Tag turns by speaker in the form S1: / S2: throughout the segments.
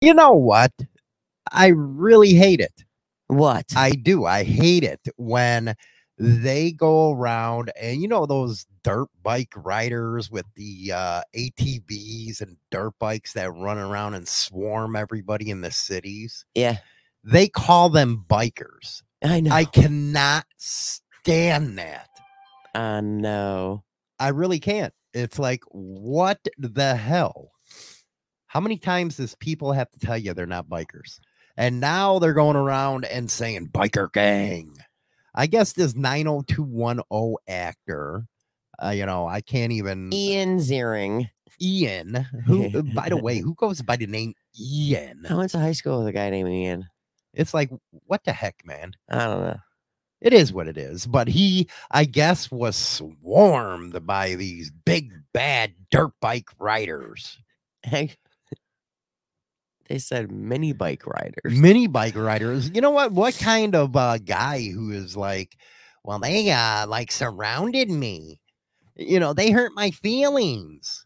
S1: You know what? I really hate it.
S2: What?
S1: I do. I hate it when they go around and you know those dirt bike riders with the uh, ATVs and dirt bikes that run around and swarm everybody in the cities.
S2: yeah,
S1: They call them bikers.
S2: I know.
S1: I
S2: I,
S1: cannot stand that.
S2: know.
S1: I really can't. It's like what the hell? How many times does people have to tell you they're not bikers? And now they're going around and saying biker gang. I guess this 90210 actor, uh, you know, I can't even
S2: Ian Ziering.
S1: Ian, who uh, by the way, who goes by the name Ian?
S2: I went to high school with a guy named Ian.
S1: It's like what the heck, man?
S2: I don't know.
S1: It is what it is, but he, I guess, was swarmed by these big bad dirt bike riders.
S2: Heck. they said mini bike riders.
S1: mini bike riders. You know what? What kind of uh, guy who is like, well, they uh, like surrounded me. You know, they hurt my feelings.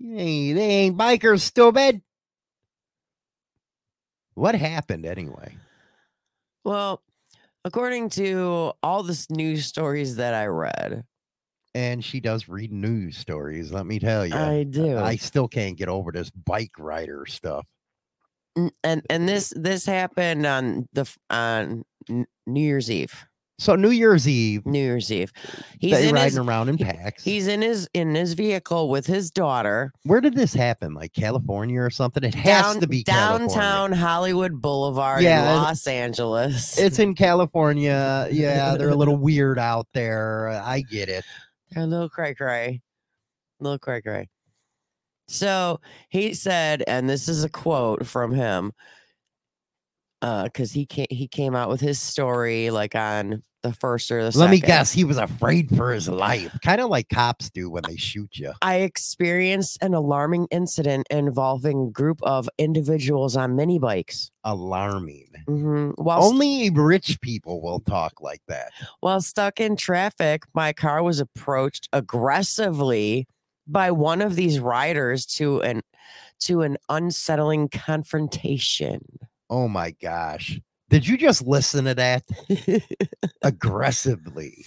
S1: Hey, they ain't bikers, stupid. What happened anyway?
S2: Well, according to all the s- news stories that I read,
S1: And she does read news stories. Let me tell you,
S2: I do.
S1: I still can't get over this bike rider stuff.
S2: N- and and this this happened on the f- on N- New Year's Eve.
S1: So New Year's Eve,
S2: New Year's Eve. He's
S1: they
S2: in
S1: riding
S2: his,
S1: around in
S2: he-
S1: packs.
S2: he's in his in his vehicle with his daughter
S1: Where did this happen? Like California or something? It has
S2: down,
S1: to be
S2: downtown
S1: California.
S2: Hollywood Boulevard
S1: Yeah, it-
S2: in Los Angeles.
S1: It's in California. Yeah, they're a little weird out there. I get it.
S2: They're a little cray cray. Little cray cray. So he said, and this is a quote from him, because he can he came out with his story like on the first or the second.
S1: Let me guess. He was afraid for his life, kind of like cops do when they shoot you.
S2: I experienced an alarming incident involving group of individuals on mini bikes.
S1: Alarming.
S2: hmm While
S1: Only rich people will talk like that.
S2: While stuck in traffic, my car was approached aggressively by one of these riders to an to an unsettling confrontation.
S1: Oh my gosh. Did you just listen to that
S2: in
S1: aggressively?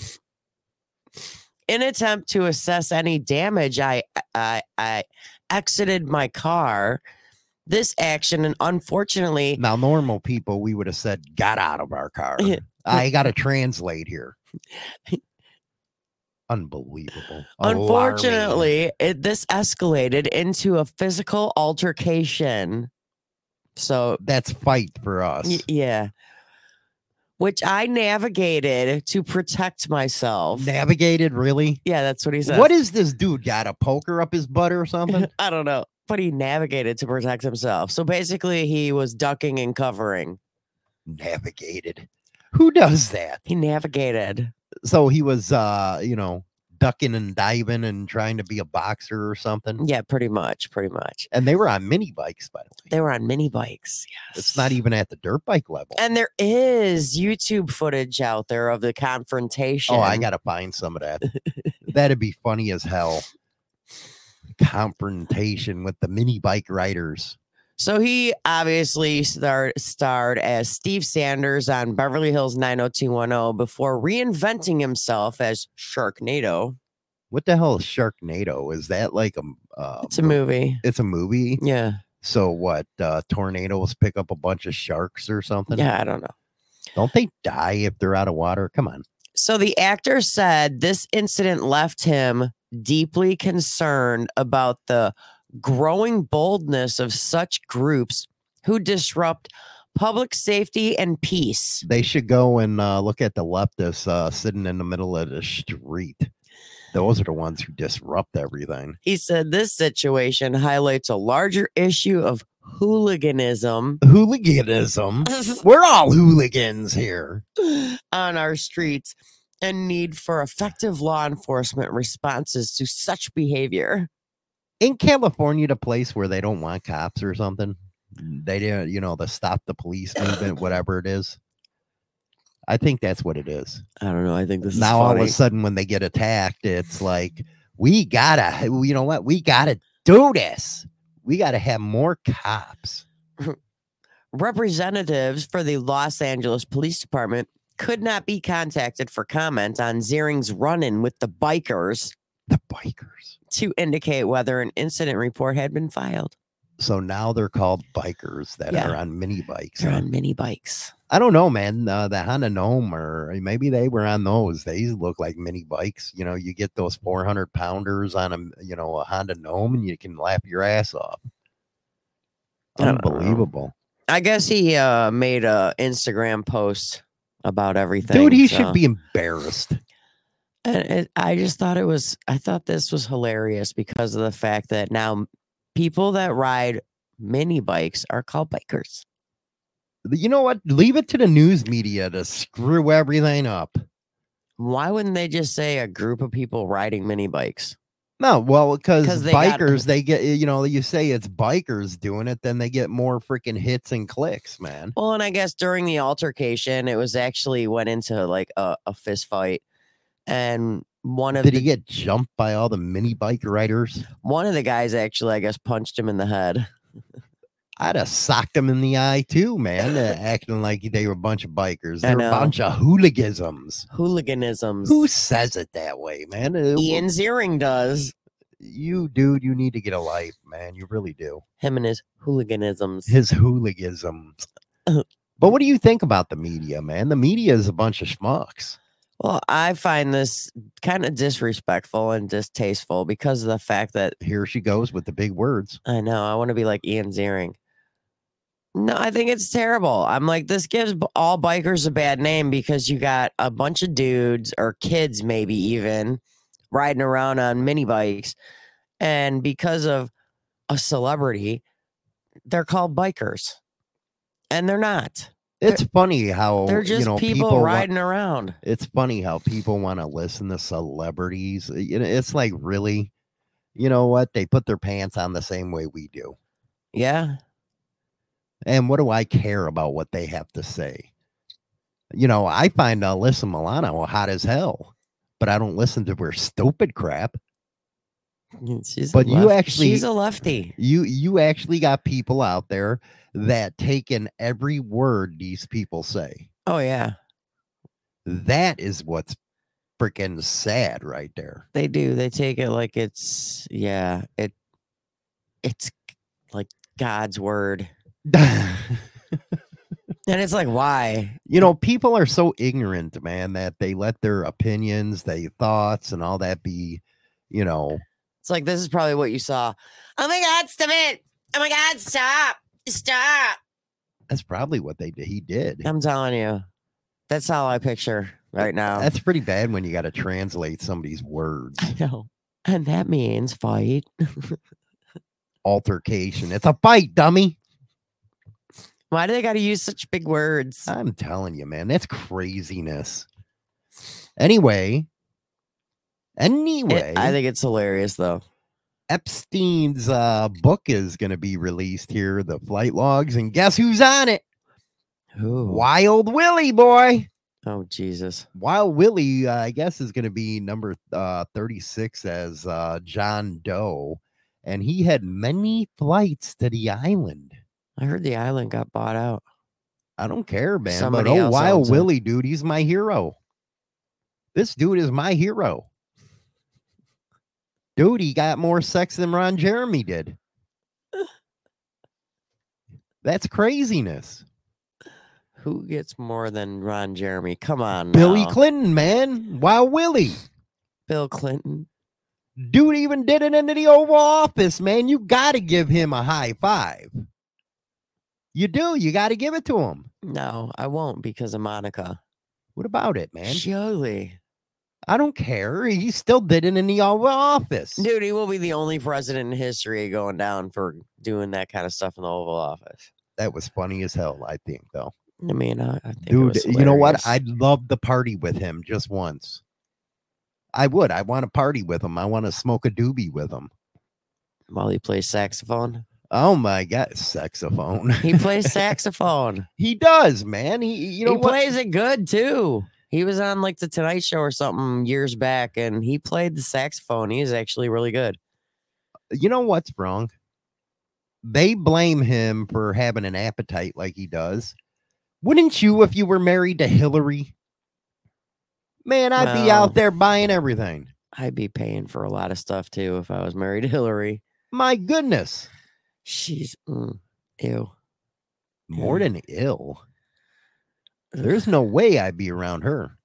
S2: attempt to assess any damage, I, I I exited my car. This action and unfortunately
S1: Now, normal people, we would have said, "Got out of our car." I got to translate here. Unbelievable. Alarming.
S2: unfortunately it, this escalated into a physical altercation. So
S1: that's fight for us.
S2: Y- yeah. Which I navigated to protect myself.
S1: Navigated, really?
S2: yeah, that's what he said.
S1: What is this dude got a poker up his butt or something?
S2: I don't know. But he navigated to protect himself. So basically, he was ducking and covering.
S1: Navigated. Who does that?
S2: He navigated.
S1: So he was uh, you know, ducking and diving and trying to be a boxer or something.
S2: Yeah, pretty much. Pretty much.
S1: And they were on mini bikes, by the way.
S2: They were on mini bikes. Yes.
S1: It's not e even at the dirt bike level.
S2: And there is YouTube footage out there of the confrontation.
S1: Oh, I gotta find some of that. That'd be funny as hell. Confrontation with the mini bike riders.
S2: So he obviously star- starred as Steve Sanders on Beverly Hills 90210 before reinventing himself as Sharknado.
S1: What the hell is Sharknado? Is that like a? m- Uh,
S2: It's a
S1: mo-
S2: movie.
S1: It's a movie.
S2: Yeah.
S1: So what? Uh, tornadoes pick up a bunch of sharks or something?
S2: Yeah, I don't know.
S1: Don't they die if they're out of water? Come on.
S2: So the actor said this incident left him deeply concerned about the growing boldness of such groups who disrupt public safety and peace.
S1: They should go and uh, look at the leftists uh, sitting in the middle of the street. Those are the ones who disrupt everything.
S2: He said this situation highlights a larger issue of hooliganism.
S1: Hooliganism. We're all hooligans here.
S2: on our streets and need for effective law enforcement responses to such behavior.
S1: in California, the place where they don't want cops or something, they didn't, you know, the stop the police movement, whatever it is. I think that's what it is.
S2: I don't know. I think this
S1: now all of a sudden, when they get attacked, it's like we gotta, you know what, we gotta do this. We got to have more cops.
S2: Representatives for the Los Angeles Police Department could not be contacted for comment on Ziering's run in with the bikers
S1: The bikers.
S2: to indicate whether an incident report had been filed.
S1: So now they're called bikers that
S2: Yeah.
S1: are on mini bikes.
S2: They're
S1: huh?
S2: on mini bikes.
S1: I don't know, man. Uh, the Honda Gnome, or eh, maybe they were on those. They look like mini bikes. You know, you get those 400 pounders on a, you know, a Honda Gnome and you can lap your ass off.
S2: I don't know.
S1: Unbelievable.
S2: I guess he uh, made a Instagram post about everything.
S1: Dude, he
S2: so-
S1: should be embarrassed.
S2: And it, I just thought it was, I thought this was hilarious because of the fact that now people that ride mini bikes are called bikers.
S1: You know what? Leave it to the news media to screw everything up.
S2: Why wouldn't they just say a group of people riding mini bikes?
S1: No, well,
S2: 'Cause
S1: because
S2: they got-
S1: bikers, they get, eh, you know, you say it's bikers doing it, then they get more freaking hits and clicks, man.
S2: Well, and I guess during the altercation, it was actually went into like a, a fist fight. And one of
S1: Did
S2: the,
S1: he get jumped by all the mini bike riders?
S2: one of the guys actually, I guess, punched him in the head.
S1: I'd have socked them in the eye too, man. uh, acting like they were a bunch of bikers.
S2: I
S1: They're
S2: know.
S1: a bunch of hooliganisms.
S2: Hooliganisms.
S1: Who says it that way, man? Uh, w-
S2: Ian Ziering does
S1: You, dude, you need to get a life, man. You really do.
S2: him and his hooliganisms.
S1: His hooliganisms.
S2: Uh.
S1: But what do you think about the media, man? The media is a bunch of schmucks.
S2: Well, I find this kind of disrespectful and distasteful because of the fact that
S1: Here she goes with the big words.
S2: I know I want to be like Ian Ziering. No, I think it's terrible. I'm like, this gives b- all bikers a bad name because you got a bunch of dudes or kids, maybe even riding around on mini bikes. And because of a celebrity, they're called bikers. And they're not.
S1: It's funny how
S2: They're just
S1: you know
S2: people,
S1: wa-
S2: riding around.
S1: it's funny how people want to listen to celebrities. Uh, You know, it's like really, you know what? They put their pants on the same way we do.
S2: Yeah.
S1: And what do I care about what they have to say? You know, I find Alyssa Milano hot as hell, but I don't listen to her stupid crap.
S2: She's a
S1: But you
S2: left-
S1: actually-
S2: she's a lefty.
S1: You you actually got people out there that take in every word these people say.
S2: Oh yeah,
S1: That is what's freaking sad right there.
S2: they do. They take it like it's yeah, it it's like God's word. And it's like why?
S1: you know, people are so ignorant, man, that they let their opinions, their thoughts, and all that be, you know,
S2: It's like this is probably what you saw. Oh my god, stop it. Oh my god, stop. Stop.
S1: that's probably what they did. He did.
S2: I'm telling you. That's how I picture right now.
S1: That's pretty bad when you got to translate somebody's words.
S2: I know. And that means fight.
S1: Altercation. It's a fight, dummy.
S2: Why do they gotta use such big words?
S1: I'm telling you, man, that's craziness. Anyway, anyway,
S2: It- I think it's hilarious though.
S1: Epstein's uh, book is going to be released here, the flight logs, and guess who's on it?
S2: Ooh.
S1: Wild Willie, boy.
S2: Oh Jesus.
S1: Wild Willie, uh, I guess, is going to be number uh, 36 as uh, John Doe, and he had many flights to the island.
S2: I heard the island got bought out.
S1: I don't care, man. but
S2: Somebody
S1: oh,
S2: else owns
S1: Wild
S2: it.
S1: Willie, dude, he's my hero. This dude is my hero. Dude, he got more sex than Ron Jeremy did. That's craziness.
S2: Who gets more than Ron Jeremy? Come on,
S1: Billy
S2: now.
S1: Clinton, man. Wild Willie.
S2: Bill Clinton.
S1: Dude even did it into the Oval Office, man. You got to give him a high five. You do. You got to give it to him.
S2: No, I won't because of Monica.
S1: What about it, man?
S2: Surely,
S1: I don't care. He still did it in the Oval Office.
S2: dude, he will be the only president in history going down for doing that kind of stuff in the Oval Office.
S1: That was funny as hell, I think, though.
S2: I mean, I, I think it
S1: Dude,
S2: was
S1: you know what?
S2: hilarious.
S1: I'd love to party with him just once. I would. I want to party with him. I want to smoke a doobie with him.
S2: while he plays saxophone,
S1: Oh my god, saxophone.
S2: he plays saxophone.
S1: he does, man. He you know
S2: he
S1: what?
S2: plays it good too. He was on like the Tonight Show or something years back, and he played the saxophone. He is actually really good.
S1: you know what's wrong? they blame him for having an appetite like he does. Wouldn't you if you were married to Hillary? Man, I'd be
S2: Well.
S1: out there buying everything.
S2: I'd be paying for a lot of stuff too if I was married to Hillary.
S1: My goodness.
S2: She's mm, ew.
S1: More
S2: Yeah.
S1: than ill. There's no way I'd be around her.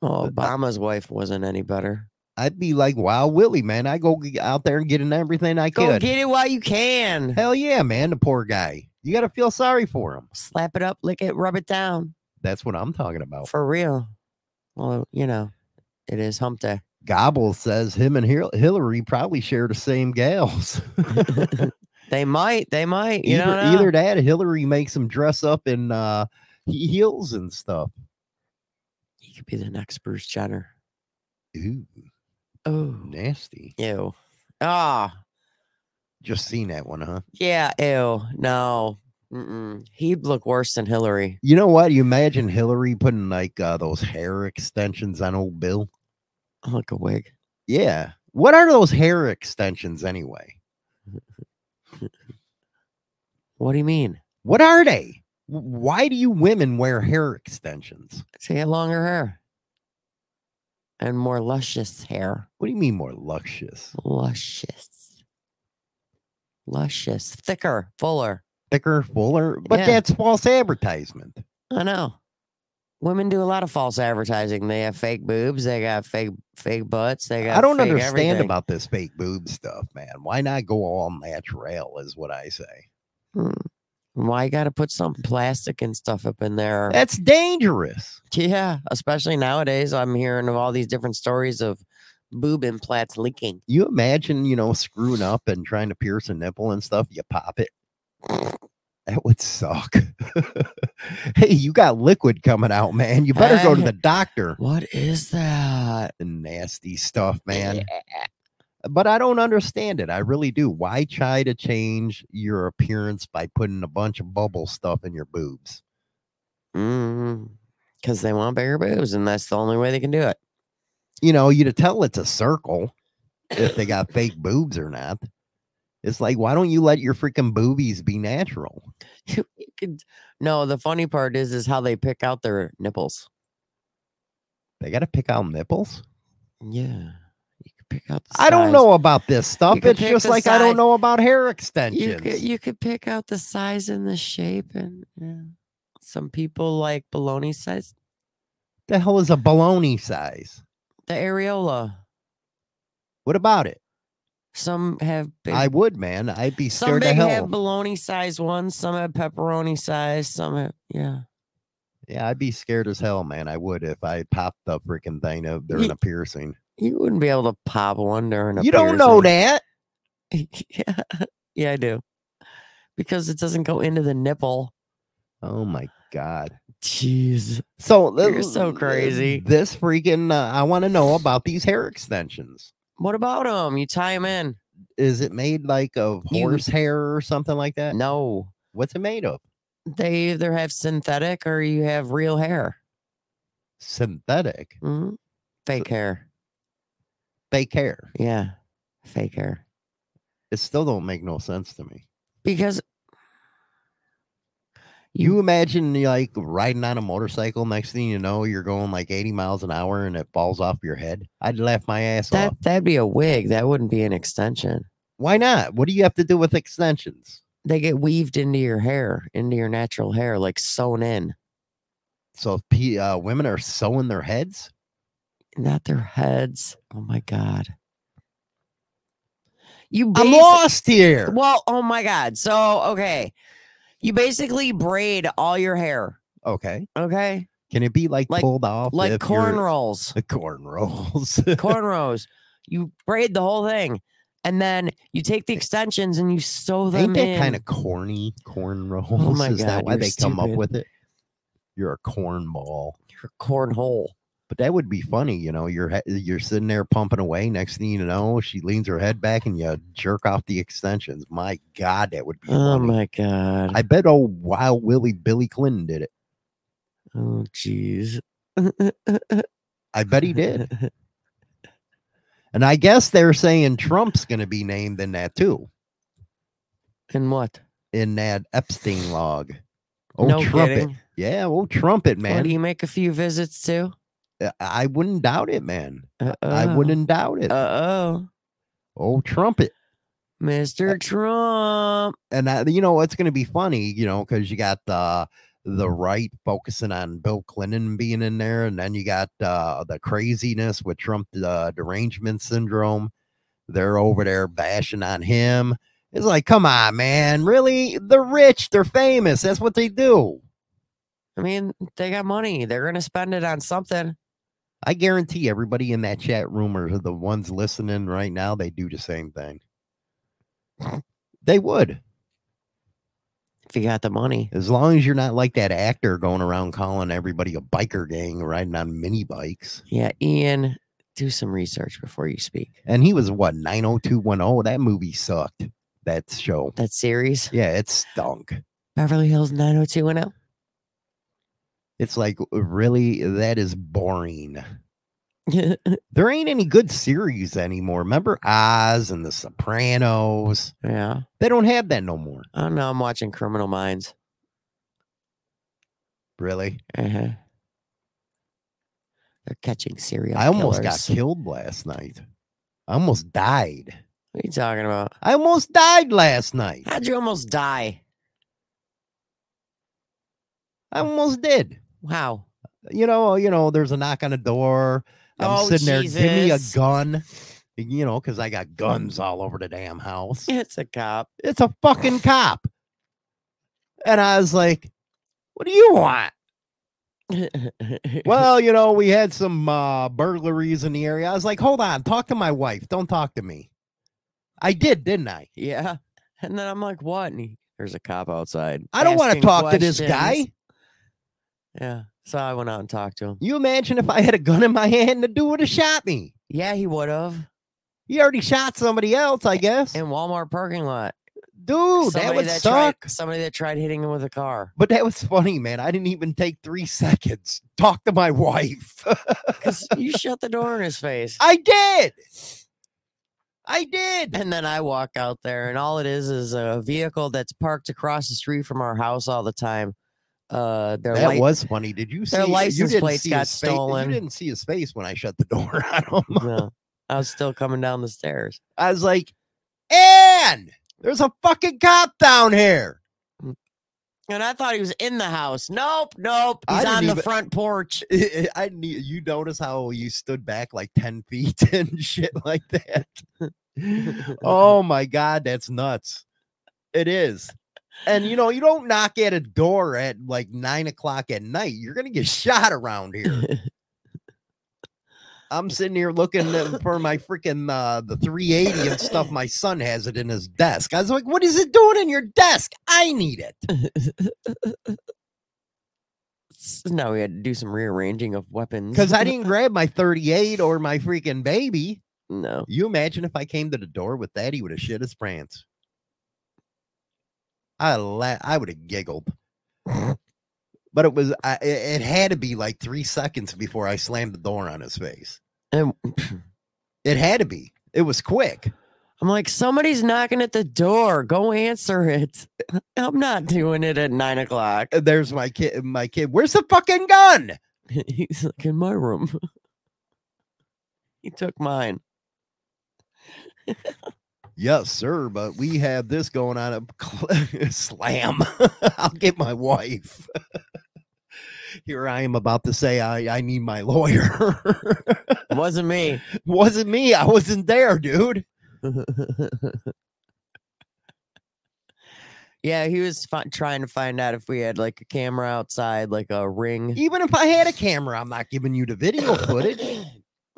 S2: Well,
S1: But I-
S2: oh, Obama's wife wasn't any better.
S1: I'd be like Wild Willie, man. I go g- out there and get in everything I
S2: Go
S1: could.
S2: get it while you can.
S1: Hell yeah, man. The poor guy. You got to feel sorry for him.
S2: Slap it up, lick it, rub it down.
S1: That's what I'm talking about.
S2: For real. Well, you know, it is hump day.
S1: Gobble says him and Hil- Hillary probably share the same gals.
S2: They might, they might. You
S1: either,
S2: don't know, uh
S1: either that, or Hillary makes him dress up in uh, he- heels and stuff.
S2: he could be the next Bruce Jenner.
S1: Ooh,
S2: Oh,
S1: nasty.
S2: ew. Ah,
S1: Just seen that one, huh?
S2: yeah, ew. No, Mm-mm. he'd look worse than Hillary.
S1: You know what? You imagine Hillary putting like uh, those hair extensions on old Bill.
S2: Like Oh, a wig.
S1: Yeah. What are those hair extensions anyway?
S2: What do you mean?
S1: What are they? W- Why do you women wear hair extensions?
S2: She had longer hair and more luscious hair.
S1: What do you mean more luxurious?
S2: Luscious, luscious, thicker, fuller.
S1: Thicker, fuller? But
S2: Yeah.
S1: that's false advertisement.
S2: I know. Women do a lot of false advertising. They have fake boobs. They got fake fake butts. They got.
S1: I don't
S2: fake
S1: understand
S2: everything.
S1: about this fake boob stuff, man. Why not go all natural is what I say.
S2: why you got to put some plastic and stuff up in there.
S1: That's dangerous.
S2: Yeah, especially nowadays. I'm hearing of all these different stories of boob implants leaking.
S1: You imagine, you know, screwing up and trying to pierce a nipple and stuff, you pop it. That would suck. hey, you got liquid coming out, man. You better go to
S2: Hey.
S1: the doctor.
S2: What is that,
S1: Nasty stuff, man. But I don't understand it. I really do. Why try to change your appearance by putting a bunch of bubble stuff in your boobs?
S2: Because Mm-hmm. they want bigger boobs, and that's the only way they can do it.
S1: you know, you to tell it's a circle if they got fake boobs or not. It's like, why don't you let your freaking boobies be natural?
S2: You could- no, the funny part is is how they pick out their nipples.
S1: They got to pick out nipples.
S2: Yeah, you can pick out. The
S1: I don't
S2: size.
S1: know about this stuff.
S2: can
S1: It's
S2: pick
S1: just
S2: the
S1: like I don't
S2: size.
S1: know about hair
S2: You
S1: extensions.
S2: could you could pick out the size and the shape, and yeah. some people like baloney size,
S1: the hell is a baloney size?
S2: the areola.
S1: What about it?
S2: Some have big
S1: I would, man. I'd be
S2: Some
S1: scared to
S2: big have
S1: hell.
S2: bologna size ones, some have pepperoni size, some have yeah.
S1: yeah, I'd be scared as hell, man. I would if I popped the freaking thing up
S2: Ye-
S1: during a piercing.
S2: You wouldn't be able to pop one during a
S1: You don't know
S2: piercing.
S1: that.
S2: yeah. yeah, I do. Because it doesn't go into the nipple.
S1: Oh my god.
S2: Jeez.
S1: So
S2: You're
S1: th-
S2: so
S1: th-
S2: crazy.
S1: This freaking uh, I want to know about these hair extensions.
S2: What about them? You tie them in.
S1: Is it made like of
S2: You-
S1: horse hair or something like that?
S2: No.
S1: What's it made of?
S2: They either have synthetic or you have real hair.
S1: Synthetic
S2: Mhm. Fake hair.
S1: fake hair.
S2: Yeah. Fake hair.
S1: It still don't make no sense to me.
S2: Because
S1: You imagine you, like riding on a motorcycle. Next thing you know, you're going like 80 miles an hour and it falls off your head. I'd laugh my ass
S2: that
S1: off.
S2: that'd be a wig. That wouldn't be an extension.
S1: Why not? What do you have to do with extensions?
S2: they get weaved into your hair, into your natural hair, like sewn in,
S1: So pe- uh, women are sewing their heads.
S2: not their heads. Oh my god! You
S1: I'm
S2: basi-
S1: lost here.
S2: Well, oh my god. So okay, you basically braid all your hair.
S1: Okay.
S2: Okay,
S1: Can it be like,
S2: Like-
S1: pulled off
S2: like
S1: if
S2: corn
S1: you're-
S2: rolls,
S1: corn rolls?
S2: cornrows. You braid the whole thing, and then you take the extensions and you sew them
S1: Ain't that
S2: in.
S1: kind of corny? Corn rolls?
S2: Oh my
S1: Is
S2: God,
S1: that why
S2: you're
S1: they come up
S2: stupid.
S1: with it? You're a cornball.
S2: your cornhole.
S1: But that would be funny, you know. You're he- you're sitting there pumping away. Next thing you know, she leans her head back and you jerk off the extensions. My God, that would be
S2: Oh
S1: funny.
S2: my god.
S1: I bet old Wild Willie Billy Clinton did it.
S2: oh jeez.
S1: I bet he did. And I guess they're saying Trump's going to be named in that too.
S2: And what?
S1: in that Epstein log. Oh,
S2: no
S1: trumpet.
S2: kidding.
S1: Yeah, oh, trumpet,
S2: What, do
S1: man.
S2: you make a few visits to?
S1: Uh, I wouldn't doubt it, man. I
S2: Uh-oh.
S1: wouldn't doubt
S2: Uh.
S1: it.
S2: Uh-oh.
S1: oh, trumpet.
S2: Mr. Trump.
S1: And I, you know, it's going to be funny, you know, because you got the the right focusing on Bill Clinton being in there, and then you got uh, the craziness with Trump, the derangement syndrome. They're over there bashing on him. It's like, come on, man. Really? They're rich. They're famous. That's what they do.
S2: I mean, they got money. They're going to spend it on something.
S1: I guarantee everybody in that chat room or the ones listening right now, they do the same thing. They would,
S2: If you got the money.
S1: as long as you're not like that actor going around calling everybody a biker gang riding on mini bikes.
S2: Yeah, Ian, do some research before you speak.
S1: And he was what 90210? That movie sucked. That show.
S2: That series,
S1: Yeah, it stunk.
S2: Beverly Hills 90210.
S1: It's like uh, really that is boring.
S2: oh?
S1: There ain't any good series anymore. Remember Oz and The Sopranos?
S2: yeah.
S1: They don't have that no more.
S2: I don't know. Oh, I'm watching Criminal Minds.
S1: Really?
S2: Uh-huh. They're catching serial
S1: I almost
S2: killers.
S1: got killed last night. I almost died.
S2: What are you talking about?
S1: I almost died last night.
S2: How'd you almost die?
S1: I almost did.
S2: Wow.
S1: You know, you know, there's a knock on the door. I'm
S2: Oh,
S1: sitting there, give me a
S2: Jesus.
S1: gun. You know, because I got guns all over the damn house.
S2: It's a cop.
S1: It's a fucking cop. And I was like, what do you want? Well, you know, we had some uh, burglaries in the area. I was like, hold on, talk to my wife. Don't talk to me. I did, didn't I?
S2: yeah. And then I'm like, what? And he, there's a cop outside.
S1: I don't want to
S2: asking
S1: talk to this guy.
S2: questions. Yeah. So I went out and talked to him.
S1: You imagine if I had a gun in my hand, the dude would have shot me.
S2: Yeah, he would have.
S1: He already shot somebody else, I guess.
S2: In Walmart parking lot.
S1: Dude, that would
S2: tried-
S1: suck.
S2: somebody that tried hitting him with a car.
S1: But that was funny, man. I didn't even take three seconds. Talk to my wife.
S2: Because you shut the door in his face.
S1: I did. I did.
S2: And then I walk out there, and all it is is a vehicle that's parked across the street from our house all the time. Uh, their
S1: That
S2: light-
S1: was funny. Did you see? you
S2: license
S1: didn't
S2: plates
S1: see
S2: got
S1: his face-
S2: stolen.
S1: You didn't see his face when I shut the door on him.
S2: No, I was still coming down the stairs.
S1: I was like, "Ann, there's a fucking cop down here."
S2: And I thought he was in the house. Nope, nope.
S1: I
S2: He's
S1: didn't
S2: on the
S1: even-
S2: front porch.
S1: I- I need you notice how you stood back like 10 feet and shit like that. oh my god, that's nuts. It is. And you know, you don't knock at a door at like nine o'clock at night. You're gonna get shot around here. I'm sitting here looking at- for my freaking uh, the 380 and stuff. My son has it in his desk. I was like, "What is it doing in your desk? I need it."
S2: S- No, we had to do some rearranging of weapons.
S1: Because I didn't grab my 38 or my freaking baby.
S2: No.
S1: You imagine if I came to the door with that, he would have shit his pants. I la- I would have giggled. But it was I, it it had to be like three seconds before I slammed the door on his face.
S2: And
S1: It had to be. It was quick.
S2: I'm like, somebody's knocking at the door. Go answer it. I'm not doing it at nine o'clock.
S1: Uh, There's my kid. My kid. Where's the fucking gun?
S2: He's like in my room. he took mine.
S1: Yes, sir. But we have this going on. A cl- slam. I'll get my wife. Here I am about to say I, I need my lawyer.
S2: It wasn't me.
S1: Wasn't me. I wasn't there, dude.
S2: yeah, he was fi- trying to find out if we had like a camera outside, like a ring.
S1: Even if I had a camera, I'm not giving you the video footage.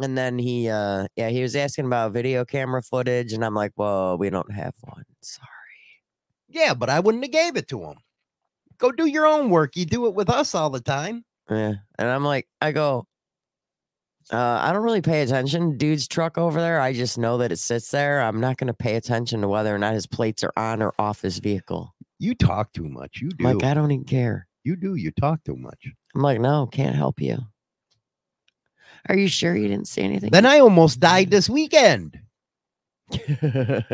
S2: And then he, uh, yeah, he was asking about video camera footage, and I'm like, "Well, we don't have one. Sorry."
S1: Yeah, but I wouldn't have gave it to him. Go do your own work. You do it with us all the time.
S2: Yeah, Eh, and I'm like, I go, uh, I don't really pay attention, dude's truck over there. I just know that it sits there. I'm not gonna pay attention to whether or not his plates are on or off his vehicle.
S1: You talk too much. You do.
S2: I'm like, I don't even care.
S1: you do. You talk too much.
S2: I'm like, no, can't help you. Are you sure you didn't see anything?
S1: Then I almost died this weekend. I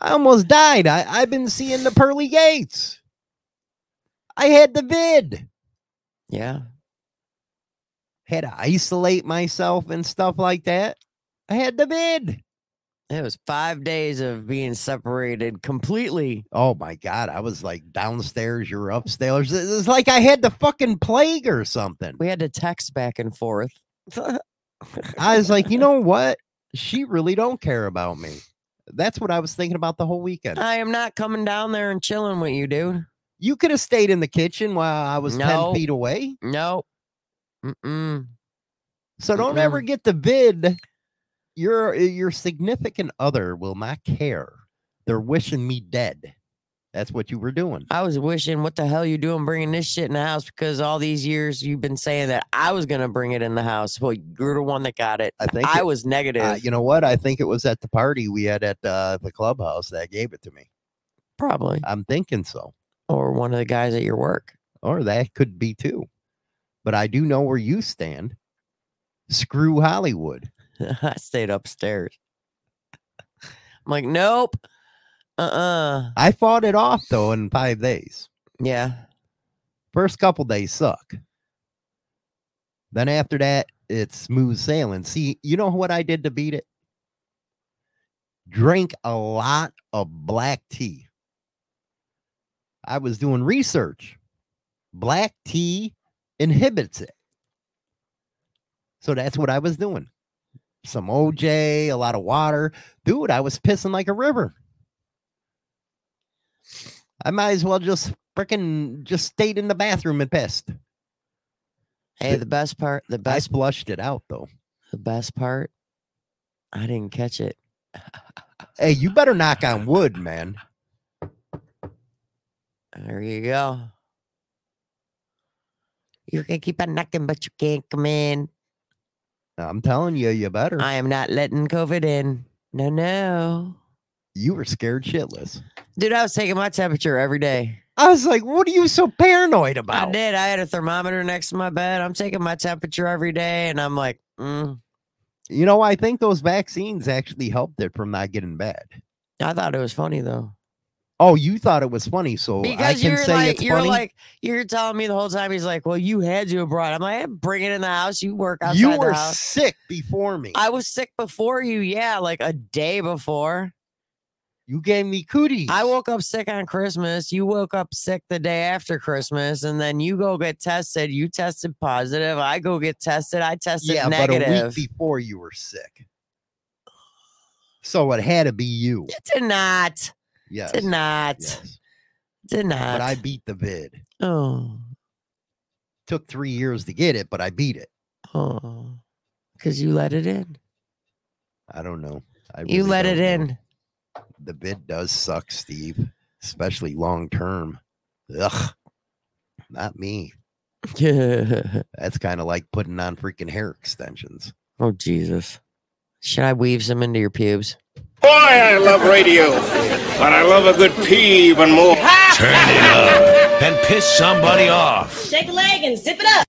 S1: almost died. I, I've been seeing the pearly gates. I had the vid.
S2: Yeah.
S1: Had to isolate myself and stuff like that. I had the vid.
S2: It was five days of being separated completely.
S1: Oh my god, I was like downstairs, you're upstairs. It- It's like I had the fucking plague or something.
S2: We had to text back and forth.
S1: I was like, you know what? She really don't care about me. That's what I was thinking about the whole weekend.
S2: I am not coming down there and chilling with you, dude.
S1: You could have stayed in the kitchen while I was
S2: No.
S1: ten feet away.
S2: No. Mm-mm.
S1: So don't ever get the vid. Your uh, your significant other will not care. They're wishing me dead. That's what you were doing.
S2: I was wishing, what the hell you doing bringing this shit in the house? Because all these years you've been saying that I was gonna bring it in the house. Well, you're the one that got it.
S1: I think
S2: I
S1: it-
S2: was negative,
S1: uh, you know what? I think it was at the party we had at uh, the clubhouse that gave it to me.
S2: probably,
S1: I'm thinking so,
S2: or one of the guys at your work.
S1: or that could be too. But I do know where you stand. Screw Hollywood.
S2: I stayed upstairs. I'm like, nope. Uh-uh.
S1: I fought it off though in five days.
S2: Yeah.
S1: First couple days suck. Then after that, it's smooth sailing. See, you know what I did to beat it? Drink a lot of black tea. I was doing research. Black tea inhibits it. So that's what I was doing. Some OJ, a lot of water. Dude, I was pissing like a river. I might as well just freaking just stayed in the bathroom and pissed.
S2: Hey, the best part, the
S1: I
S2: best
S1: flushed it out though.
S2: The best part, I didn't catch it.
S1: Hey, you better knock on wood, man.
S2: There you go. You can keep on knocking, but you can't come in.
S1: I'm telling you, you better.
S2: I am not letting COVID in. No, no.
S1: you were scared shitless.
S2: Dude, I was taking my temperature every day.
S1: I was like, what are you so paranoid
S2: I
S1: about?
S2: did. I had a thermometer next to my bed. I'm taking my temperature every day, and I'm like, mm.
S1: You know, I think those vaccines actually helped it from not getting bad.
S2: I thought it was funny though.
S1: Oh, you thought it was funny, so I
S2: Because
S1: can
S2: you're
S1: say
S2: like,
S1: it's
S2: you're
S1: funny.
S2: like, you're telling me the whole time. He's like, well, you had to abroad. I'm like, bring it in the house. You work outside
S1: you
S2: the
S1: were
S2: house.
S1: sick before me.
S2: I was sick before you, yeah, like a day before.
S1: you gave me cooties.
S2: I woke up sick on Christmas. You woke up sick the day after Christmas, and then you go get tested. You tested positive. I go get tested. I tested
S1: Yeah, but a
S2: negative.
S1: week before you were sick. So it had to be you.
S2: You did not.
S1: Yes.
S2: Did not.
S1: yes.
S2: Did not.
S1: But I beat the vid.
S2: oh,
S1: Took three years to get it, but I beat it.
S2: oh, because you let it in.
S1: I don't know. I
S2: you
S1: really
S2: let
S1: don't
S2: it
S1: know.
S2: in.
S1: The bid does suck, Steve, especially long term. Ugh, not me. That's kind of like putting on freaking hair extensions.
S2: oh Jesus! Should I weave some into your pubes?
S3: Boy, I love radio, but I love a good pee even more.
S4: Turn it up. Then piss somebody off.
S5: Shake a leg and zip it up.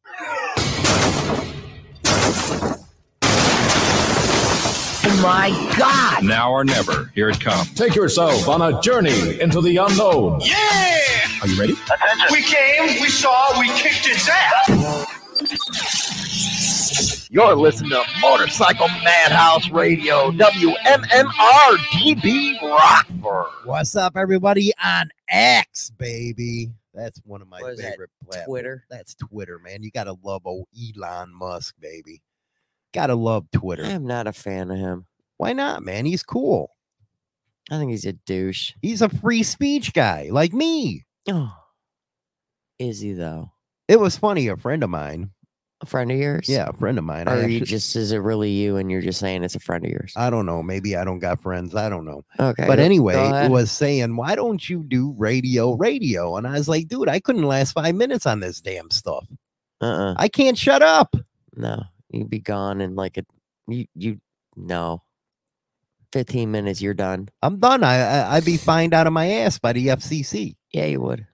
S6: Now or never. Here it comes. Take yourself on a journey into the unknown.
S4: Yeah!
S6: Are you ready?
S4: We came, we saw, we kicked its ass!
S7: You're listening to Motorcycle Madhouse Radio, WMMR DB Rockford.
S1: What's up, everybody? On X, baby. That's one of my
S2: What is that,
S1: favorite platforms.
S2: Twitter.
S1: That's Twitter, man. You gotta love old Elon Musk, baby. Gotta love Twitter.
S2: I'm not a fan of him.
S1: Why not, man? He's cool.
S2: I think he's a douche.
S1: He's a free speech guy, like me.
S2: Oh, is he though?
S1: It was funny. A friend of mine,
S2: A friend of yours?
S1: yeah, a friend of mine.
S2: Or
S1: I
S2: are you
S1: actually-
S2: just is it really you and you're just saying it's a friend of yours?
S1: I don't know. Maybe I don't got friends. I don't know.
S2: okay.
S1: But
S2: go- go
S1: anyway,
S2: ahead.
S1: was saying, why don't you do radio, radio? And I was like, dude, I couldn't last five minutes on this damn stuff.
S2: uh-uh.
S1: I can't shut up.
S2: No. You'd be gone in like a you you no. Fifteen minutes, you're done.
S1: I'm done. I, I I'd be fined out of my ass by the FCC.
S2: Yeah, you would.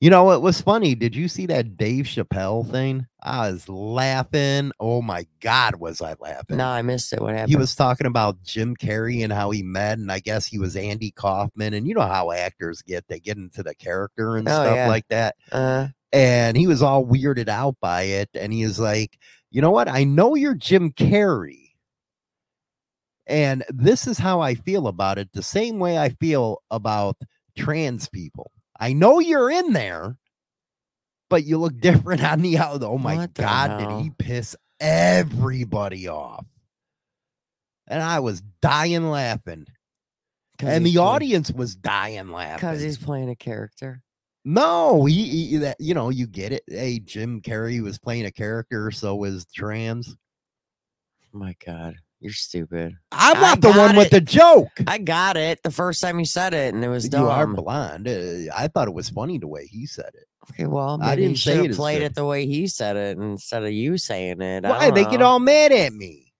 S1: You know what was funny? Did you see that Dave Chappelle thing? I was laughing. Oh my God, was I laughing?
S2: No, I missed it. What happened?
S1: he was talking about Jim Carrey and how he met, and I guess he was Andy Kaufman. And you know how actors get, they get into the character and
S2: Oh,
S1: stuff
S2: yeah.
S1: like that.
S2: uh,
S1: And he was all weirded out by it. And he is like, you know what? I know you're Jim Carrey. And this is how I feel about it the same way I feel about trans people. I know you're in there, but you look different on the out. Oh my
S2: What the
S1: God, did
S2: hell?
S1: he piss everybody off? And I was dying laughing.
S2: Uh, 'cause
S1: and
S2: he's
S1: the
S2: playing-
S1: audience was dying laughing.
S2: Because he's playing a character.
S1: No, he, he- that you know you get it. Hey, Jim Carrey was playing a character, so was trans.
S2: my God. You're stupid.
S1: I'm
S2: I
S1: not the one
S2: got
S1: with
S2: it.
S1: the joke.
S2: I got it the first time you said it, and it was dumb.
S1: You are blind. Uh, I thought it was funny the way he said it.
S2: okay, well,
S1: I
S2: maybe
S1: didn't
S2: you
S1: say
S2: should
S1: it
S2: have
S1: as
S2: played
S1: good.
S2: it the way he said it instead of you saying it. I
S1: Why
S2: don't
S1: they get
S2: know.
S1: all mad at me?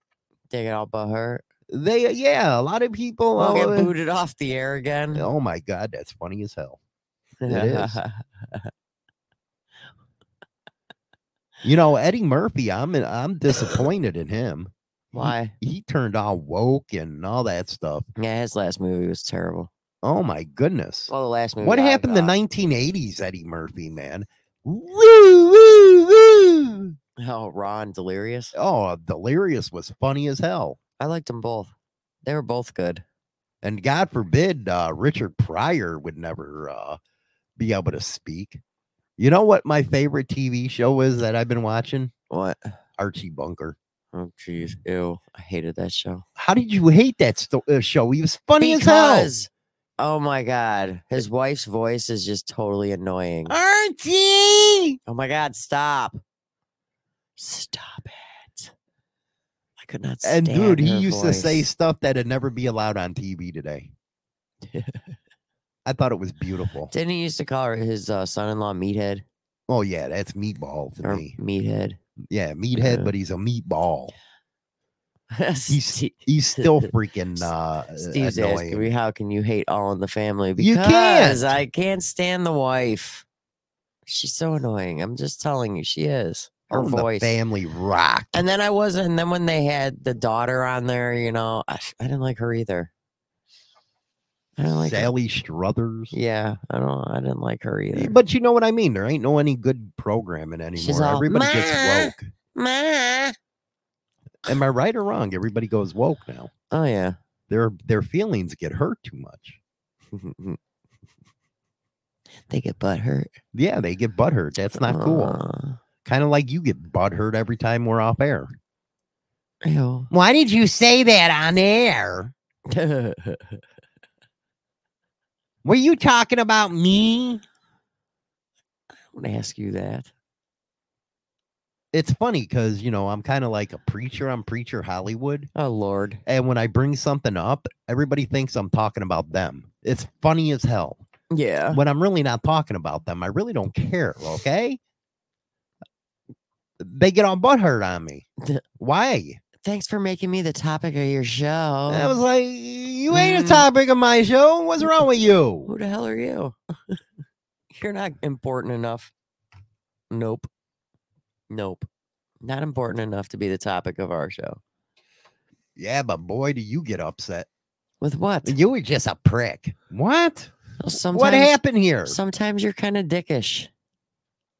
S2: They get all but hurt.
S1: They uh, yeah, a lot of people.
S2: We'll
S1: uh,
S2: get booted off the air again.
S1: oh my god, that's funny as hell. it is. You know Eddie Murphy. I'm I'm disappointed in him. He-
S2: Why?
S1: He turned all woke and all that stuff.
S2: Yeah, his last movie was terrible.
S1: Oh my goodness.
S2: Well, the last movie.
S1: What
S2: I
S1: happened the
S2: got.
S1: 1980s, Eddie Murphy, man? Woo, woo, woo.
S2: Oh, Ron Delirious.
S1: Oh, Delirious was funny as hell.
S2: I liked them both. They were both good.
S1: And God forbid uh, Richard Pryor would never uh, be able to speak. You know what my favorite TV show is that I've been watching?
S2: What?
S1: Archie Bunker.
S2: Oh, jeez. Ew. I hated that show.
S1: How did you hate that sto- uh, show? He was funny as
S2: Because, oh my God, his wife's voice is just totally annoying.
S1: hell. Archie!
S2: Oh my God, stop. Stop it. I could not
S1: And
S2: stand
S1: dude, he
S2: her
S1: used to say
S2: voice.
S1: stuff that'd never be allowed on TV today. I thought it was beautiful.
S2: Didn't he used to call her his uh, son-in-law Meathead
S1: Oh yeah, that's meatball to
S2: or
S1: me.
S2: Meathead?
S1: Yeah, meathead,
S2: Yeah.
S1: but he's a meatball.
S2: Ste-
S1: He's still freaking
S2: S-
S1: uh,
S2: Steve's asking me
S1: annoying.
S2: how can you hate all in the family because
S1: You can't.
S2: I can't stand the wife. She's so annoying. I'm just telling you, she is. Her
S1: Oh, the
S2: voice.
S1: family rock.
S2: And then I wasn't. And then when they had the daughter on there, you know, I, I didn't like her either. I don't like. her.
S1: Sally Struthers.
S2: Yeah, I don't. I didn't like her either.
S1: But you know what I mean. There ain't no any good programming anymore.
S2: She's all,
S1: Everybody
S2: "Ma."
S1: gets woke.
S2: Ma.
S1: Am I right or wrong? Everybody goes woke now.
S2: Oh yeah.
S1: Their their feelings get hurt too much.
S2: they get butt hurt.
S1: Yeah, they get butthurt. That's not cool. Kind of like you get butthurt every time we're off air.
S2: Ew.
S1: Why did you say that on air? Were you talking about me?
S2: Don't ask you that.
S1: it's funny because you know I'm kind of like a preacher. I'm preacher Hollywood,
S2: Oh Lord.
S1: and when I bring something up, everybody thinks I'm talking about them. It's funny as hell
S2: Yeah.
S1: when I'm really not talking about them. I really don't care. Okay, they get all butthurt on me.
S2: Th-
S1: Why?
S2: Thanks for making me the topic of your show.
S1: And I was like, you ain't a
S2: Oh. Mm.
S1: topic of my show. What's wrong with you?
S2: Who the hell are you? You're not important enough. Nope. Nope. Not important enough to be the topic of our show.
S1: Yeah, but boy, do you get upset.
S2: With what?
S1: You were just a prick. What?
S2: Well, Sometimes,
S1: what happened here?
S2: Sometimes you're kind of dickish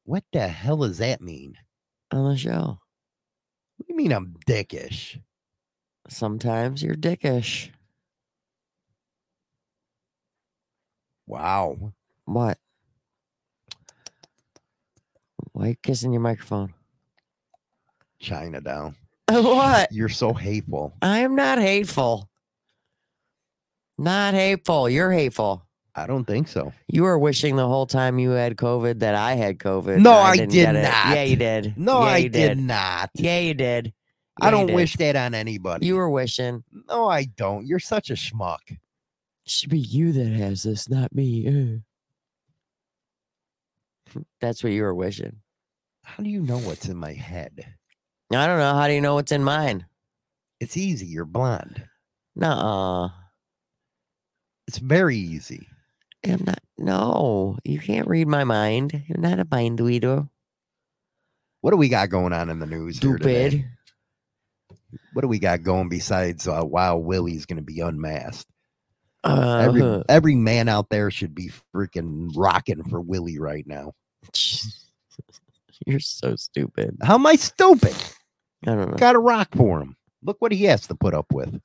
S1: what the hell does that mean?
S2: on the show.
S1: What do you mean I'm dickish?
S2: Sometimes you're dickish.
S1: Wow.
S2: What? Why you kissing your microphone?
S1: China down.
S2: what?
S1: You're so hateful.
S2: I am not hateful. Not hateful. You're hateful.
S1: I don't think so.
S2: You were wishing the whole time you had COVID that I had COVID. and
S1: No, I
S2: didn't
S1: did
S2: get it. Yeah,
S1: not.
S2: you did.
S1: No,
S2: Yeah,
S1: I
S2: you
S1: did. not.
S2: Yeah, you did.
S1: I
S2: Yeah, you
S1: don't
S2: did.
S1: wish that on anybody.
S2: you were wishing.
S1: no, I don't. You're such a schmuck.
S2: Should be you that has this, not me. uh." That's what you were wishing.
S1: How do you know what's in my head?
S2: I don't know. How do you know what's in mine?
S1: It's easy. You're blonde.
S2: Nuh uh.
S1: It's very easy.
S2: I'm not. No, you can't read my mind. You're not a mind reader.
S1: What do we got going on in the news? Here today?
S2: Stupid.
S1: What do we got going besides uh, Wild Willie's going to be unmasked? Every
S2: Uh,
S1: every man out there should be freaking rocking for Willie right now.
S2: You're so stupid.
S1: How am I stupid?
S2: I don't know.
S1: Got to rock for him. Look what he has to put up with.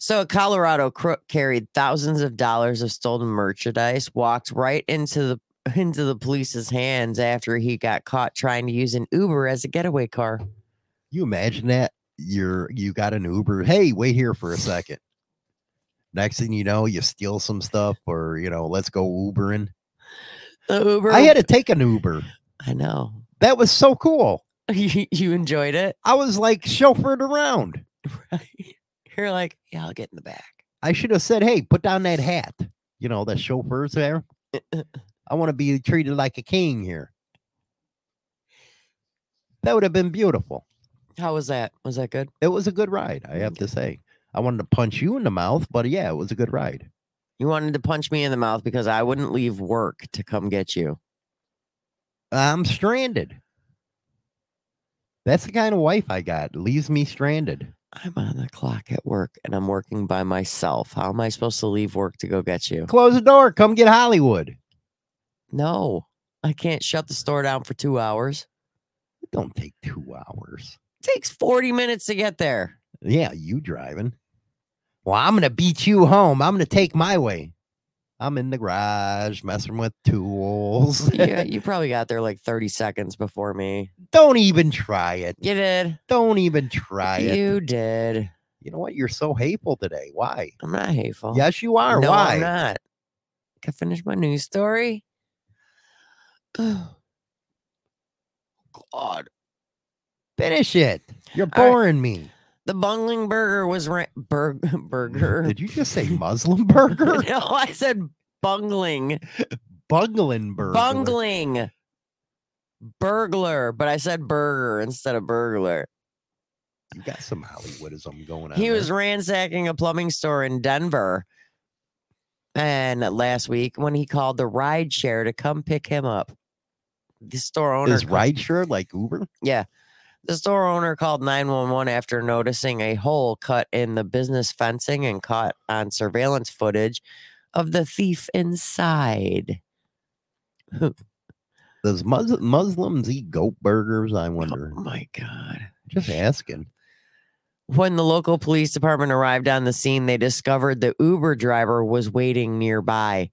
S2: So a Colorado crook carried thousands of dollars of stolen merchandise, walked right into the into the police's hands after he got caught trying to use an Uber as a getaway car.
S1: You imagine that you're you got an Uber. Hey, wait here for a second. Next thing you know, you steal some stuff, or you know, let's go Ubering.
S2: The Uber.
S1: I had to take an Uber.
S2: I know.
S1: That was so cool.
S2: you you enjoyed it.
S1: I was like chauffeured around.
S2: You're like, yeah, I'll get in the back.
S1: I should have said, "Hey, put down that hat." You know, the chauffeur's there. I want to be treated like a king here. That would have been beautiful.
S2: How was that? Was that good?
S1: It was a good ride, I have to say. I wanted to punch you in the mouth, but yeah, it was a good ride.
S2: You wanted to punch me in the mouth because I wouldn't leave work to come get you.
S1: I'm stranded. That's the kind of wife I got. Leaves me stranded.
S2: I'm on the clock at work and I'm working by myself. How am I supposed to leave work to go get you?
S1: Close the door. Come get Hollywood.
S2: No, I can't shut the store down for two hours.
S1: It don't take two hours.
S2: It takes 40 minutes to get there.
S1: Yeah, you driving. Well, I'm gonna beat you home. I'm gonna take my way. I'm in the garage messing with tools.
S2: yeah, you probably got there like 30 seconds before me.
S1: Don't even try it.
S2: You did.
S1: Don't even try it.
S2: You did.
S1: You know what? You're so hateful today. Why?
S2: I'm not hateful.
S1: Yes, you are.
S2: Oh. no,
S1: Why?
S2: I'm not. Can I finish my news story? Oh God.
S1: Finish it. You're
S2: All right.
S1: boring me.
S2: The bungling burger was ra- bur- burger.
S1: Did you just say Muslim burger?
S2: no, I said bungling.
S1: Bungling burger.
S2: Bungling. Burglar, but I said burger instead of burglar.
S1: You got some Hollywoodism going on.
S2: He
S1: there.
S2: was ransacking a plumbing store in Denver. And last week when he called the ride share to come pick him up. The store owner
S1: is
S2: ca-
S1: rideshare like Uber?
S2: The store owner called 911 after noticing a hole cut in the business fencing and caught on surveillance footage of the thief inside.
S1: Does Mus- Muslims eat goat burgers? I wonder.
S2: Oh my God.
S1: Just asking.
S2: When the local police department arrived on the scene, they discovered the Uber driver was waiting nearby.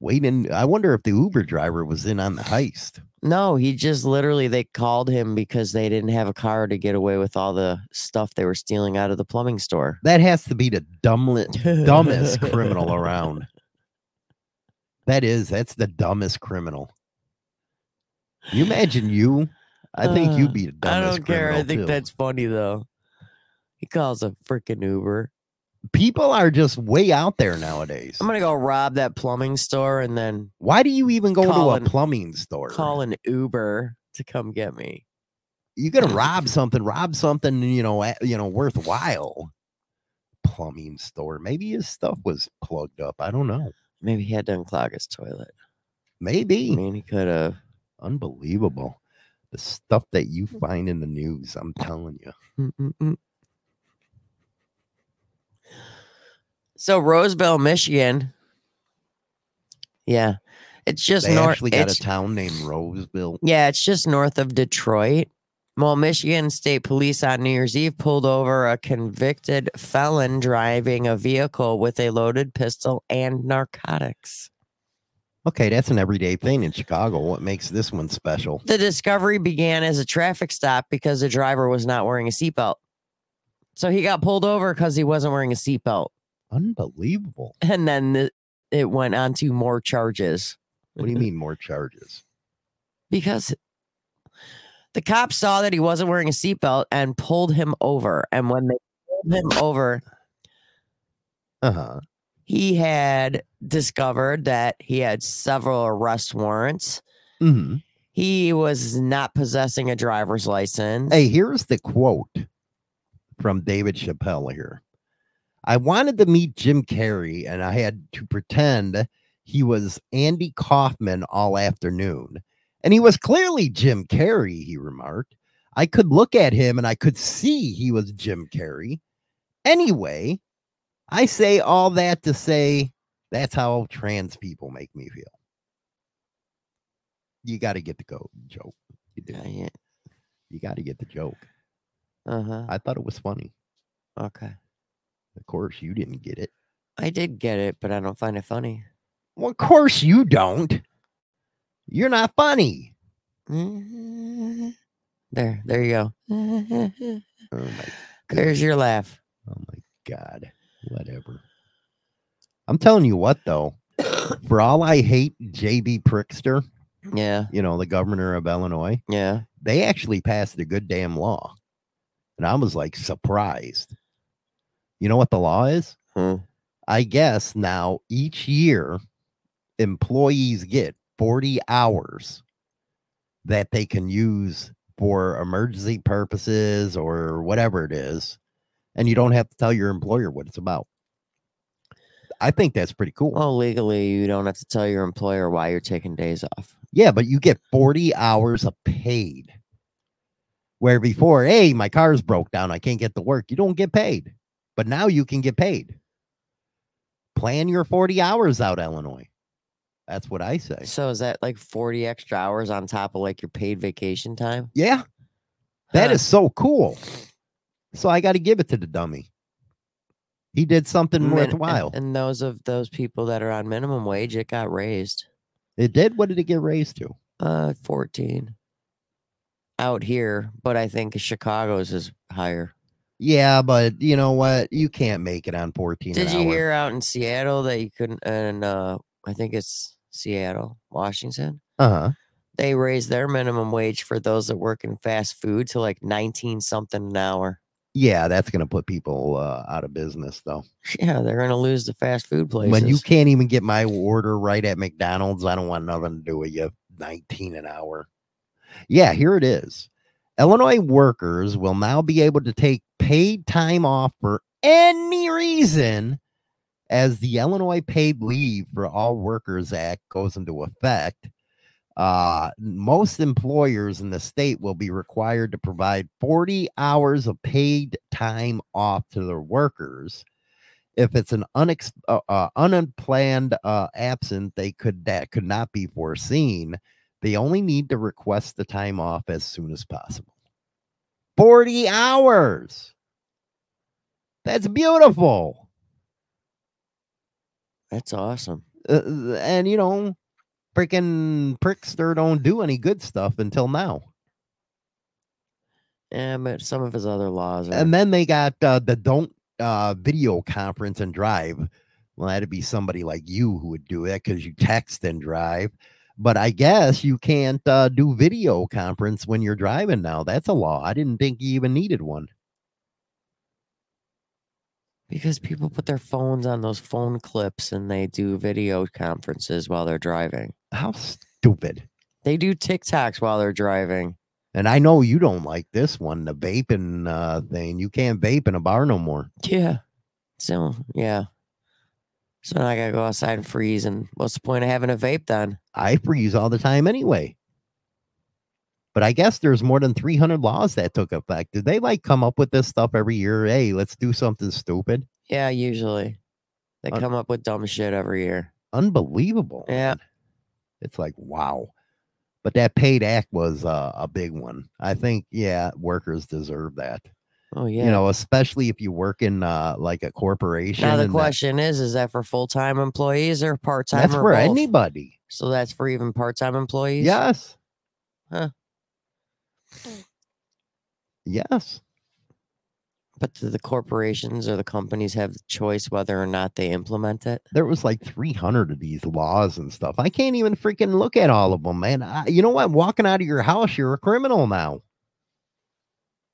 S1: waiting. I wonder if the Uber driver was in on the heist.
S2: No, he just literally, they called him because they didn't have a car to get away with all the stuff they were stealing out of the plumbing store.
S1: That has to be the dumbest, dumbest criminal around. That is, that's the dumbest criminal. You imagine you? I think
S2: Uh,
S1: you'd be the
S2: I
S1: dumbest.
S2: don't care. I
S1: criminal,
S2: think
S1: too.
S2: that's funny though. He calls a freaking Uber.
S1: people are just way out there nowadays.
S2: I'm gonna go rob that plumbing store and then
S1: Why do you even go to a
S2: Colin-
S1: plumbing store?
S2: call an Uber to come get me.
S1: You're gonna rob something. Rob something, you know, a- you know, worthwhile. Plumbing store. Maybe his stuff was plugged up. I don't know.
S2: Maybe he had to unclog his toilet. I
S1: Maybe.
S2: mean, he could have.
S1: Unbelievable. The stuff that you
S2: Hmm.
S1: find in the news, I'm telling you.
S2: Mm-mm-mm. So Roseville, Michigan. Yeah, it's just
S1: They
S2: north.
S1: actually got
S2: it's-
S1: a town named Roseville.
S2: Yeah, it's just north of Detroit. Well, Michigan State Police on New Year's Eve pulled over a convicted felon driving a vehicle with a loaded pistol and narcotics.
S1: Okay, that's an everyday thing in Chicago. What makes this one special?
S2: The discovery began as a traffic stop because the driver was not wearing a seatbelt. So he got pulled over because he wasn't wearing a seatbelt.
S1: Unbelievable.
S2: And then the, it went on to more charges
S1: What do you mean more charges?
S2: because the cops saw that he wasn't wearing a seatbelt and pulled him over. And when they pulled him over,
S1: Uh-huh.
S2: he had discovered that he had several arrest warrants.
S1: hmm
S2: He was not possessing a driver's license.
S1: Hey, here's the quote from David Chappelle here. I wanted to meet Jim Carrey, and I had to pretend he was Andy Kaufman all afternoon. And he was clearly Jim Carrey, he remarked. I could look at him and I could see he was Jim Carrey. Anyway, I say all that to say that's how trans people make me feel. You got to get the go- joke. You, do. you got to get the joke.
S2: Uh huh.
S1: I thought it was funny.
S2: Okay.
S1: Of course, you didn't get it.
S2: I did get it, but I don't find it funny.
S1: Well, of course, you don't. You're not funny.
S2: There, Mm-hmm. there you go.
S1: Oh my,
S2: There's your laugh.
S1: oh my God. Whatever. I'm telling you what, though, for all I hate JB Prickster,
S2: Yeah,
S1: you know, the governor of Illinois,
S2: yeah.
S1: they actually passed a good damn law. And I was like surprised. You know what the law is?
S2: Hmm.
S1: I guess now each year employees get 40 hours that they can use for emergency purposes or whatever it is. And you don't have to tell your employer what it's about. I think that's pretty cool.
S2: Well, legally, you don't have to tell your employer why you're taking days off.
S1: Yeah, but you get 40 hours of paid. Where before, hey, my car's broke down. I can't get to work. You don't get paid. But now you can get paid. Plan your 40 hours out, Illinois. That's what I say.
S2: So is that like 40 extra hours on top of like your paid vacation time?
S1: Yeah, that
S2: Huh.
S1: is so cool. So I got to give it to the dummy. He did something
S2: Min- Mm, and-
S1: worthwhile.
S2: And, those of those people that are on minimum wage, it got raised.
S1: it did. What did it get raised to?
S2: Uh, 14 out here, but I think Chicago's is higher.
S1: Yeah, but you know what? You can't make it on 14
S2: Did
S1: an
S2: you
S1: hour.
S2: hear out in Seattle that you couldn't? And uh, I think it's Seattle, Washington.
S1: uh-huh.
S2: They raised their minimum wage for those that work in fast food to like 19 something an hour.
S1: Yeah, that's going to put people uh, out of business, though.
S2: Yeah, they're gonna lose the fast food places.
S1: When you can't even get my order right at McDonald's, I don't want nothing to do with you. 19 an hour. Yeah, here it is. Illinois workers will now be able to take paid time off for any reason as the Illinois Paid Leave for All Workers Act goes into effect. Uh, most employers in the state will be required to provide 40 hours of paid time off to their workers if it's an unex- uh, uh, unplanned uh, absent they could that could not be foreseen they only need to request the time off as soon as possible 40 hours that's beautiful
S2: that's awesome.
S1: Uh, uh, and you know freaking prickster don't do any good stuff until now
S2: Yeah, but some of his other laws are.
S1: and then they got uh, the don't uh, video conference and drive. Well, that'd be somebody like you who would do that because you text and drive. But I guess you can't uh, do video conference when you're driving now. That's a law. I didn't think you even needed one.
S2: Because people put their phones on those phone clips and they do video conferences while they're driving.
S1: How stupid.
S2: They do TikToks while they're driving.
S1: And I know you don't like this one, the vaping uh, thing. You can't vape in a bar no more.
S2: Yeah. So, yeah. So now I gotta go outside and freeze. And what's the point of having a vape then?
S1: I freeze all the time anyway. But I guess there's more than 300 laws that took effect. Did they like come up with this stuff every year? Hey, let's do something stupid.
S2: Yeah, usually. They
S1: Uh,
S2: come up with dumb shit every year.
S1: Unbelievable.
S2: Yeah.
S1: man. It's like, wow. But that paid act was uh, a big one. I think, yeah, workers deserve that.
S2: Oh, yeah.
S1: You know, especially if you work in uh, like a corporation.
S2: now, the
S1: and that-
S2: question is is that for full time employees or part time
S1: that's
S2: or
S1: for
S2: both?
S1: anybody.
S2: So that's for even part time employees?
S1: Yes.
S2: Huh.
S1: Yes.
S2: But do the corporations or the companies have the choice whether or not they implement it?
S1: there was like 300 of these laws and stuff. I can't even freaking look at all of them, man. I, you know what? Walking out of your house, you're a criminal now.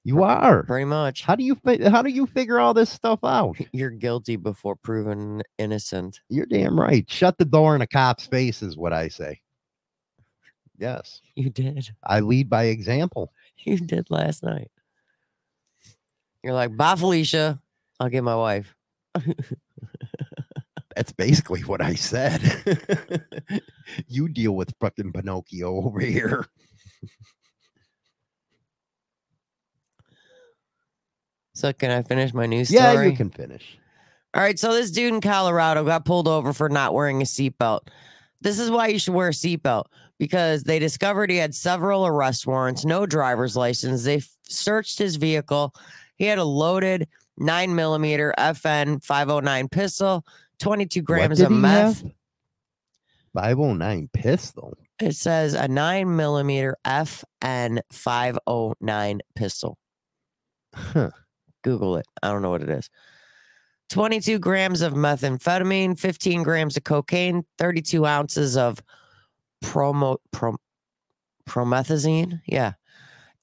S1: You are.
S2: Pretty much.
S1: How do you fi- how do you figure all this stuff out?
S2: You're guilty before proven innocent.
S1: You're damn right. Shut the door in a cop's face is what I say. Yes,
S2: You did.
S1: I lead by example.
S2: You did last night. You're like, bye, Felicia. I'll get my wife.
S1: That's basically what I said. you deal with fucking Pinocchio over here.
S2: So can I finish my news story?
S1: Yeah, you can finish.
S2: All right, so this dude in Colorado got pulled over for not wearing a seatbelt. This is why you should wear a seatbelt because they discovered he had several arrest warrants, no driver's license. They f- searched his vehicle. He had a loaded nine millimeter FN 509 pistol, 22
S1: What
S2: grams
S1: did
S2: of
S1: he
S2: meth.
S1: have? 509 pistol.
S2: It says a nine millimeter FN 509 pistol.
S1: Huh.
S2: Google it. I don't know what it is. 22 grams of methamphetamine, 15 grams of cocaine, 32 ounces of promo, prom, promethazine. Yeah.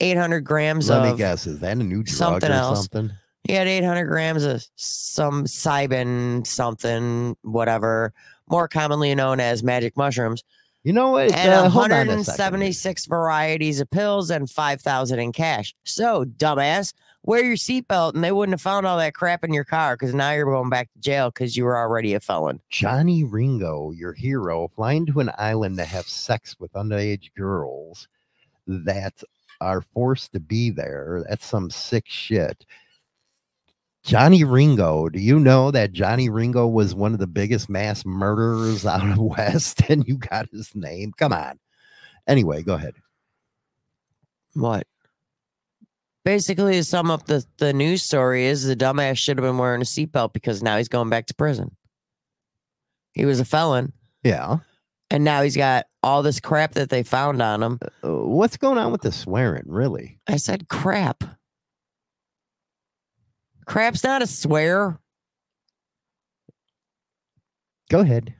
S2: 800 grams
S1: Let me
S2: of.
S1: guess. Is that a new drug
S2: something
S1: or
S2: else.
S1: something?
S2: He had 800 grams of some cybin something, whatever, more commonly known as magic mushrooms,
S1: You know what?
S2: and
S1: uh, hold on a second.
S2: 176 varieties of pills and 5,000 in cash. So, dumbass, wear your seatbelt, and they wouldn't have found all that crap in your car because now you're going back to jail because you were already a felon.
S1: Johnny Ringo, your hero, flying to an island to have sex with underage girls that are forced to be there. That's some sick shit. Johnny Ringo, do you know that Johnny Ringo was one of the biggest mass murderers out of West and you got his name? Come on. Anyway, go ahead.
S2: What? Basically, to sum up the, the news story is the dumbass should have been wearing a seatbelt because now he's going back to prison. He was a felon.
S1: Yeah.
S2: and now he's got all this crap that they found on him.
S1: Uh, what's going on with the swearing, really?
S2: I said crap. Crap's not a swear.
S1: Go ahead.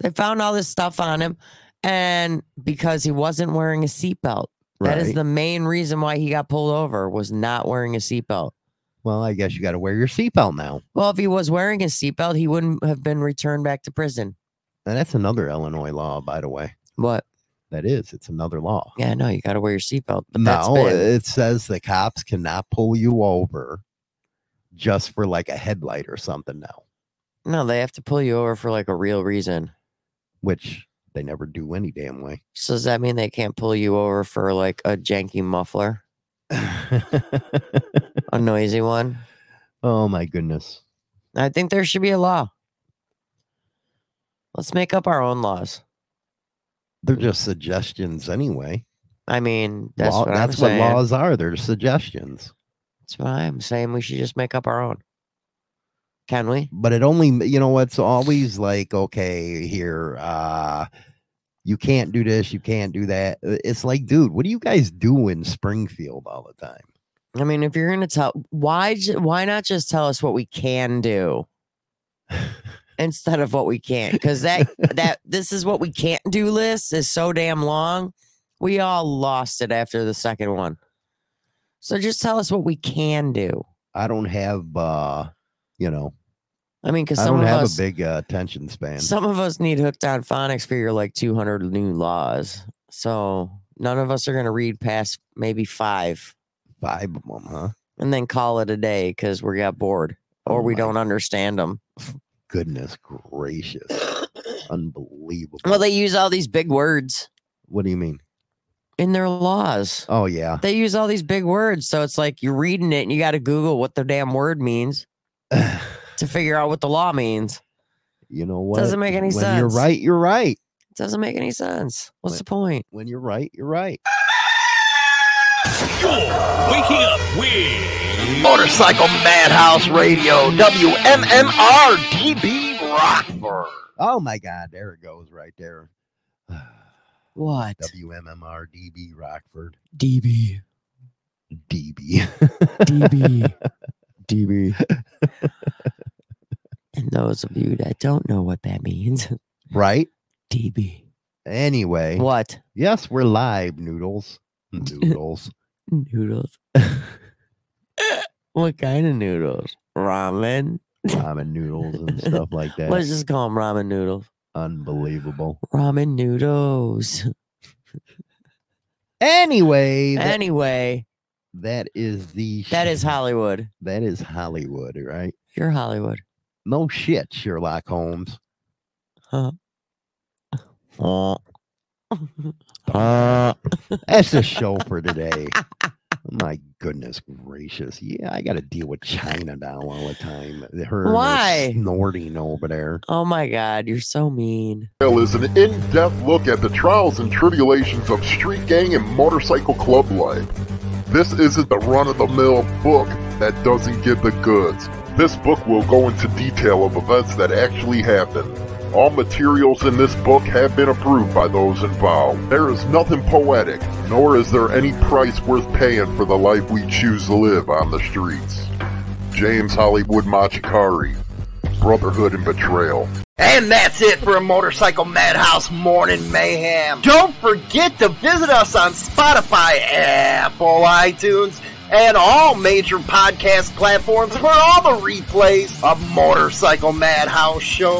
S2: They found all this stuff on him, and because he wasn't wearing a seatbelt, that is
S1: Right.
S2: the main reason why he got pulled over was not wearing a seatbelt.
S1: well, I guess you got to wear your seatbelt now.
S2: Well, if he was wearing a seatbelt, he wouldn't have been returned back to prison.
S1: And that's another Illinois law, by the way.
S2: What?
S1: That is, it's another law.
S2: Yeah, no, you got to wear your seatbelt. But that's
S1: No,
S2: been,
S1: it says the cops cannot pull you over just for like a headlight or something now,
S2: no, they have to pull you over for like a real reason.
S1: which they never do any damn way.
S2: So does that mean they can't pull you over for like a janky muffler, a noisy one?
S1: oh my goodness.
S2: I think there should be a law. Let's make up our own laws.
S1: They're just suggestions anyway.
S2: I mean, that's
S1: Law-
S2: what
S1: that's
S2: I'm
S1: what
S2: saying.
S1: laws are. They're suggestions.
S2: That's what I'm saying. We should just make up our own. Can we?
S1: But it only, you know, it's always like, okay, here, uh, you can't do this, you can't do that. Uh, It's like, dude, what do you guys do in Springfield all the time?
S2: I mean, if you're gonna tell, why j- why not just tell us what we can do instead of what we can't? Because that that this is what we can't do list is so damn long. We all lost it after the second one. So just tell us what we can do.
S1: I don't have, uh, you know,
S2: I mean, because
S1: I
S2: some
S1: don't
S2: of
S1: have
S2: us
S1: a big uh, attention span.
S2: Some of us need hooked on phonics for your like 200 new laws. So none of us are going to read past maybe five
S1: Five of them, huh?
S2: and then call it a day because we got bored or
S1: Oh
S2: we
S1: my
S2: don't understand them.
S1: Goodness gracious. Unbelievable.
S2: Well, they use all these big words
S1: what do you mean?
S2: in their laws.
S1: Oh, yeah.
S2: They use all these big words. So it's like you're reading it and you got to Google what the damn word means to figure out what the law means.
S1: you know what?
S2: Doesn't make any
S1: when You're
S2: sense.
S1: right. You're right.
S2: It doesn't make any sense. What's
S1: Wait.
S2: the point?
S1: When you're right, you're right.
S4: You're waking up with
S6: Oh,
S7: Motorcycle Madhouse Radio, WMMR DB Rockford.
S1: Oh, my God. There it goes right there.
S2: What?
S1: WMMR DB Rockford.
S2: DB.
S1: DB.
S2: DB. DB. and those of you that don't know what that means,
S1: right?
S2: DB.
S1: Anyway.
S2: What?
S1: Yes, we're live, Noodles. Noodles.
S2: Noodles. what kind of noodles? Ramen.
S1: Ramen noodles and stuff like that.
S2: Let's just call them ramen noodles.
S1: Unbelievable.
S2: Ramen noodles.
S1: Anyway, th-
S2: anyway,
S1: That is the
S2: That
S1: shit.
S2: is Hollywood.
S1: that is Hollywood, right?
S2: You're Hollywood.
S1: No shit, Sherlock Holmes. Uh, That's the show for today. My goodness gracious. Yeah, I gotta deal with China now all the time. Her and her
S2: Why?
S1: snorting over there.
S2: oh my God, you're so mean.
S5: Trail is an in-depth look at the trials and tribulations of street gang and motorcycle club life. This isn't the run-of-the-mill book that doesn't give the goods. This book will go into detail of events that actually happened. All materials in this book have been approved by those involved. There is nothing poetic, nor is there any price worth paying for the life we choose to live on the streets. James Hollywood Machikari, Brotherhood and Betrayal.
S7: And that's it for a Motorcycle Madhouse Morning Mayhem. Don't forget to visit us on Spotify, Apple, iTunes, and all major podcast platforms for all the replays of Motorcycle Madhouse shows.